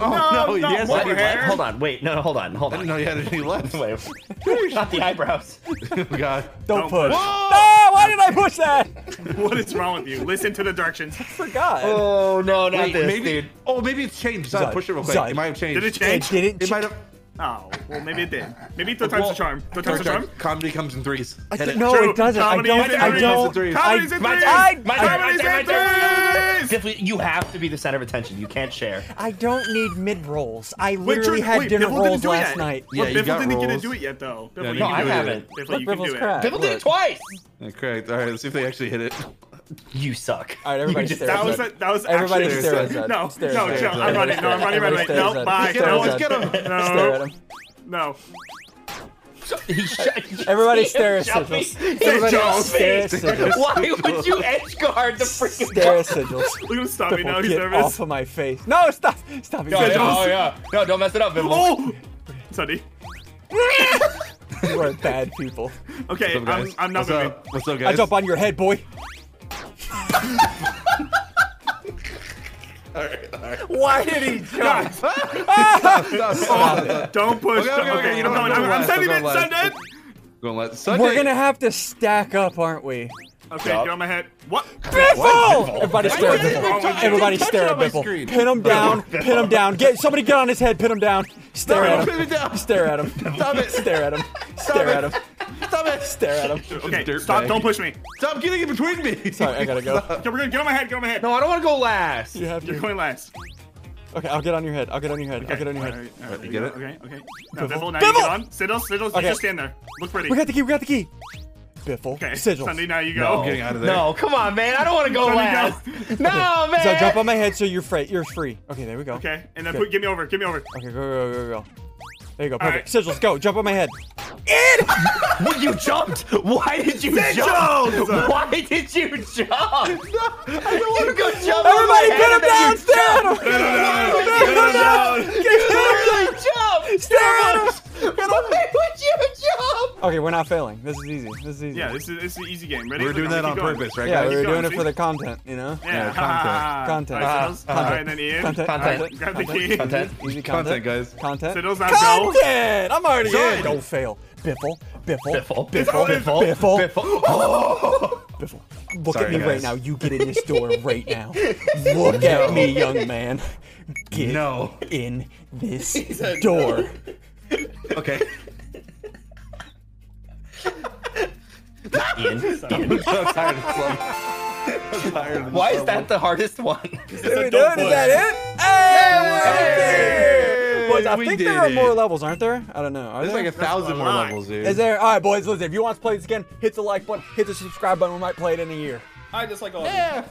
[SPEAKER 4] Oh,
[SPEAKER 3] no,
[SPEAKER 4] yes,
[SPEAKER 3] more
[SPEAKER 4] I didn't-
[SPEAKER 3] hair.
[SPEAKER 2] Hold on. Wait. No. Hold on. Hold
[SPEAKER 4] I
[SPEAKER 2] <laughs>
[SPEAKER 4] didn't
[SPEAKER 2] on.
[SPEAKER 4] know you had any left.
[SPEAKER 2] Wait. Not the eyebrows. <laughs>
[SPEAKER 4] Oh <laughs> God.
[SPEAKER 1] Don't,
[SPEAKER 3] Don't
[SPEAKER 1] push.
[SPEAKER 3] push.
[SPEAKER 1] No, why Why did I push that?
[SPEAKER 3] <laughs> What is wrong with you? Listen to the directions.
[SPEAKER 1] I forgot.
[SPEAKER 2] Oh no, not
[SPEAKER 4] Wait,
[SPEAKER 2] this,
[SPEAKER 4] maybe.
[SPEAKER 2] dude.
[SPEAKER 4] Oh, maybe it's changed. Zod,
[SPEAKER 1] Zod,
[SPEAKER 4] push it real quick.
[SPEAKER 1] Zod.
[SPEAKER 4] It might have changed.
[SPEAKER 3] Did it
[SPEAKER 1] I
[SPEAKER 3] change?
[SPEAKER 1] didn't.
[SPEAKER 4] It might have.
[SPEAKER 3] Oh, well, maybe it did. Maybe
[SPEAKER 1] Oh,
[SPEAKER 3] throw times
[SPEAKER 4] Well,
[SPEAKER 3] the charm. Throw times
[SPEAKER 4] Sorry,
[SPEAKER 3] the
[SPEAKER 4] sorry.
[SPEAKER 3] charm.
[SPEAKER 4] Comedy comes in threes.
[SPEAKER 1] I
[SPEAKER 4] Hit
[SPEAKER 1] th-
[SPEAKER 4] it.
[SPEAKER 1] no,
[SPEAKER 3] True.
[SPEAKER 1] Oh, it doesn't. I
[SPEAKER 3] Comedy
[SPEAKER 1] don't.
[SPEAKER 3] is
[SPEAKER 1] I
[SPEAKER 3] in
[SPEAKER 1] don't.
[SPEAKER 4] threes.
[SPEAKER 3] Comedy's
[SPEAKER 1] I-
[SPEAKER 3] in
[SPEAKER 1] my
[SPEAKER 3] threes.
[SPEAKER 1] turn, my turn,
[SPEAKER 3] Comedy's
[SPEAKER 2] my
[SPEAKER 3] in
[SPEAKER 2] turn, my
[SPEAKER 3] threes.
[SPEAKER 2] Definitely, you have to be the center of attention. You can't <laughs> share.
[SPEAKER 1] I don't need mid rolls. I literally
[SPEAKER 3] Jordan,
[SPEAKER 1] had
[SPEAKER 3] wait,
[SPEAKER 1] dinner
[SPEAKER 3] Biffle didn't
[SPEAKER 1] rolls
[SPEAKER 3] do it
[SPEAKER 1] last
[SPEAKER 3] yet.
[SPEAKER 1] night.
[SPEAKER 4] Yeah,
[SPEAKER 3] But
[SPEAKER 4] you
[SPEAKER 3] Biffle
[SPEAKER 4] got
[SPEAKER 3] didn't get to
[SPEAKER 4] rolls.
[SPEAKER 3] do it yet, though. Biffle,
[SPEAKER 4] you
[SPEAKER 3] you
[SPEAKER 4] can
[SPEAKER 2] No,
[SPEAKER 3] can
[SPEAKER 2] I
[SPEAKER 3] do it.
[SPEAKER 2] haven't.
[SPEAKER 3] Biffle,
[SPEAKER 1] Look,
[SPEAKER 3] you can
[SPEAKER 1] Biffle's
[SPEAKER 3] do it.
[SPEAKER 1] crap.
[SPEAKER 2] Biffle did
[SPEAKER 1] Look.
[SPEAKER 2] it twice.
[SPEAKER 4] Yeah, Correct. All right, let's see if they actually hit it.
[SPEAKER 2] You suck.
[SPEAKER 1] All right, everybody
[SPEAKER 2] You just-
[SPEAKER 1] stare
[SPEAKER 3] That
[SPEAKER 1] at
[SPEAKER 3] was
[SPEAKER 1] Zed.
[SPEAKER 3] that was
[SPEAKER 1] Everybody
[SPEAKER 3] actually
[SPEAKER 1] stare at Zed.
[SPEAKER 3] no,
[SPEAKER 1] Stare
[SPEAKER 3] no,
[SPEAKER 1] at Zed.
[SPEAKER 3] no, I'm running, no, I'm running,
[SPEAKER 1] Everybody
[SPEAKER 3] running,
[SPEAKER 1] stare
[SPEAKER 3] no,
[SPEAKER 1] at Zed.
[SPEAKER 3] bye,
[SPEAKER 1] Stare
[SPEAKER 4] no,
[SPEAKER 1] at
[SPEAKER 4] let's
[SPEAKER 1] Zed.
[SPEAKER 4] get him.
[SPEAKER 1] Stare at
[SPEAKER 3] no,
[SPEAKER 1] him.
[SPEAKER 3] no.
[SPEAKER 2] <laughs> He shut- you
[SPEAKER 1] Everybody
[SPEAKER 2] see
[SPEAKER 1] stare
[SPEAKER 2] <laughs> him
[SPEAKER 1] at
[SPEAKER 2] jumping.
[SPEAKER 1] Sigils.
[SPEAKER 2] He
[SPEAKER 1] Everybody <laughs>
[SPEAKER 2] jumped
[SPEAKER 1] stare at
[SPEAKER 2] me.
[SPEAKER 1] Sigils.
[SPEAKER 2] Why would you edge guard the freaking
[SPEAKER 1] <laughs> Stare at Sigils.
[SPEAKER 3] Look at him stop me now.
[SPEAKER 1] Biffle,
[SPEAKER 3] He's
[SPEAKER 1] get
[SPEAKER 3] nervous.
[SPEAKER 1] off of my face. No, stop. Stop it.
[SPEAKER 2] No,
[SPEAKER 1] Sigils.
[SPEAKER 2] no, Oh, yeah. No, don't mess it up, Biffle.
[SPEAKER 3] Oh, Sonny.
[SPEAKER 1] You are bad people.
[SPEAKER 3] Okay,
[SPEAKER 4] What's up,
[SPEAKER 3] I'm
[SPEAKER 4] guys?
[SPEAKER 3] I'm not
[SPEAKER 4] What's
[SPEAKER 3] moving.
[SPEAKER 4] up? What's up,
[SPEAKER 1] I
[SPEAKER 4] guys?
[SPEAKER 1] jump on your head,
[SPEAKER 3] <laughs>
[SPEAKER 1] boy. Why did he jump?
[SPEAKER 3] Don't push.
[SPEAKER 4] Okay, okay, okay, you
[SPEAKER 3] I'm
[SPEAKER 4] don't
[SPEAKER 3] going.
[SPEAKER 4] have
[SPEAKER 3] I'm,
[SPEAKER 4] to
[SPEAKER 3] I'm
[SPEAKER 4] last,
[SPEAKER 3] sending
[SPEAKER 4] I'm
[SPEAKER 3] it.
[SPEAKER 4] going
[SPEAKER 3] Send it.
[SPEAKER 4] last. Going let Sunday.
[SPEAKER 1] We're gonna have to stack up, aren't we?
[SPEAKER 3] Okay,
[SPEAKER 2] Yup.
[SPEAKER 3] get on my head. What?
[SPEAKER 1] Biffle! Everybody
[SPEAKER 4] Why
[SPEAKER 1] stare at
[SPEAKER 3] they
[SPEAKER 4] did
[SPEAKER 3] touch-
[SPEAKER 1] Biffle.
[SPEAKER 3] I
[SPEAKER 1] Everybody
[SPEAKER 4] didn't
[SPEAKER 1] stare at
[SPEAKER 4] touch it on my
[SPEAKER 1] Biffle.
[SPEAKER 4] screen.
[SPEAKER 1] Pin him down. Pin him down. Get somebody get on his head. Pin him down. Stare
[SPEAKER 4] No,
[SPEAKER 1] at
[SPEAKER 4] pin
[SPEAKER 1] him.
[SPEAKER 4] it down.
[SPEAKER 1] Stare at him.
[SPEAKER 4] Stop it.
[SPEAKER 1] Stare at him. Stare at him.
[SPEAKER 4] Stop it.
[SPEAKER 1] Stare at him.
[SPEAKER 3] Okay,
[SPEAKER 4] Dirt
[SPEAKER 3] stop.
[SPEAKER 4] bag.
[SPEAKER 3] Don't push me.
[SPEAKER 4] Stop getting in between me.
[SPEAKER 1] Sorry, I gotta go.
[SPEAKER 3] Okay, we're good. Get on my head. Get on my head.
[SPEAKER 4] No, I don't want to go last.
[SPEAKER 1] You have
[SPEAKER 3] You're
[SPEAKER 1] to.
[SPEAKER 3] going last.
[SPEAKER 1] Okay, I'll get on your head. I'll get on your head. I'll get on your head.
[SPEAKER 3] All
[SPEAKER 4] Alright,
[SPEAKER 3] there
[SPEAKER 4] you get
[SPEAKER 3] go.
[SPEAKER 4] it?
[SPEAKER 3] Okay, okay. Now,
[SPEAKER 1] Biffle.
[SPEAKER 3] Biffle, now you
[SPEAKER 1] Biffle!
[SPEAKER 3] get on. Siddles, Siddles, you
[SPEAKER 1] Okay.
[SPEAKER 3] just stand there. Look pretty.
[SPEAKER 1] We got the key. We got the key. Biffle.
[SPEAKER 3] Okay,
[SPEAKER 1] Sigil.
[SPEAKER 3] Sunday, now you
[SPEAKER 4] No,
[SPEAKER 3] go.
[SPEAKER 4] I'm getting out of there.
[SPEAKER 2] No, come on, man. I don't want to go
[SPEAKER 3] Let me
[SPEAKER 2] last. <laughs>
[SPEAKER 3] go.
[SPEAKER 2] No, man.
[SPEAKER 1] So jump on my head so you're free. You're free. Okay, there we go.
[SPEAKER 3] Okay, and then
[SPEAKER 1] Good.
[SPEAKER 3] put, give me over. Give me over.
[SPEAKER 1] Okay, go, go, go, go, go. There you go. Perfect.
[SPEAKER 3] right.
[SPEAKER 1] Sigils, go. Jump on my head.
[SPEAKER 2] Well, you jumped. Why did you
[SPEAKER 3] Sigils!
[SPEAKER 2] jump? <laughs> Why did you
[SPEAKER 1] <laughs>
[SPEAKER 2] jump? I don't want to go jump.
[SPEAKER 1] Everybody,
[SPEAKER 2] on my
[SPEAKER 1] pin him
[SPEAKER 2] head
[SPEAKER 1] down.
[SPEAKER 2] and then
[SPEAKER 1] Stare at him.
[SPEAKER 3] <laughs>
[SPEAKER 4] <laughs>
[SPEAKER 3] No, no, no,
[SPEAKER 1] Pin him down. Stare at
[SPEAKER 2] <laughs> You jump.
[SPEAKER 3] no,
[SPEAKER 1] him.
[SPEAKER 2] Why would you jump?
[SPEAKER 1] Okay, we're not failing. This is easy. This is easy.
[SPEAKER 3] Yeah, this is, this is an easy game. Ready?
[SPEAKER 4] We're
[SPEAKER 3] Look,
[SPEAKER 4] doing
[SPEAKER 3] I'm
[SPEAKER 4] that
[SPEAKER 3] gonna
[SPEAKER 4] on
[SPEAKER 3] keep going.
[SPEAKER 4] purpose, right,
[SPEAKER 1] Yeah,
[SPEAKER 4] guys?
[SPEAKER 1] we were
[SPEAKER 3] going,
[SPEAKER 1] doing it
[SPEAKER 3] see?
[SPEAKER 1] for the content, you know?
[SPEAKER 3] Yeah, <laughs>
[SPEAKER 1] content.
[SPEAKER 3] Alright, Siddles.
[SPEAKER 1] Content. Uh,
[SPEAKER 3] Alright, and then Ian.
[SPEAKER 1] Content,
[SPEAKER 3] Alright,
[SPEAKER 1] content,
[SPEAKER 3] Grab the
[SPEAKER 1] content,
[SPEAKER 3] key.
[SPEAKER 2] Content.
[SPEAKER 1] Easy
[SPEAKER 4] Content, guys.
[SPEAKER 1] Content.
[SPEAKER 3] Siddles, now go.
[SPEAKER 1] Content! I'm already in.
[SPEAKER 4] Done.
[SPEAKER 1] Don't fail. Biffle. Biffle.
[SPEAKER 2] Biffle.
[SPEAKER 1] Biffle. Biffle.
[SPEAKER 2] <gasps>
[SPEAKER 1] Biffle. Look at
[SPEAKER 4] Sorry,
[SPEAKER 1] me right
[SPEAKER 4] guys.
[SPEAKER 1] now. You get in this door right now. Look at me, young man. Get
[SPEAKER 4] No.
[SPEAKER 1] in this
[SPEAKER 2] said
[SPEAKER 1] door. <laughs>
[SPEAKER 4] Okay.
[SPEAKER 2] Ian.
[SPEAKER 4] I'm tired of slump. I'm tired of
[SPEAKER 2] Why is that the hardest one?
[SPEAKER 1] What are we
[SPEAKER 3] a dope
[SPEAKER 1] doing? Is
[SPEAKER 3] boy.
[SPEAKER 1] that it? Hey!
[SPEAKER 4] Hey,
[SPEAKER 1] Boys, I
[SPEAKER 4] we
[SPEAKER 1] think
[SPEAKER 4] did
[SPEAKER 1] there are
[SPEAKER 4] it.
[SPEAKER 1] more levels, aren't there? I don't know. Are
[SPEAKER 4] There's
[SPEAKER 1] there?
[SPEAKER 4] like a thousand more
[SPEAKER 3] lot.
[SPEAKER 4] levels, dude.
[SPEAKER 1] Is there? All right, boys. Listen, if you want us to play this again, hit the like button, hit the subscribe button. We might play it in a year.
[SPEAKER 3] I just like all
[SPEAKER 4] Yeah.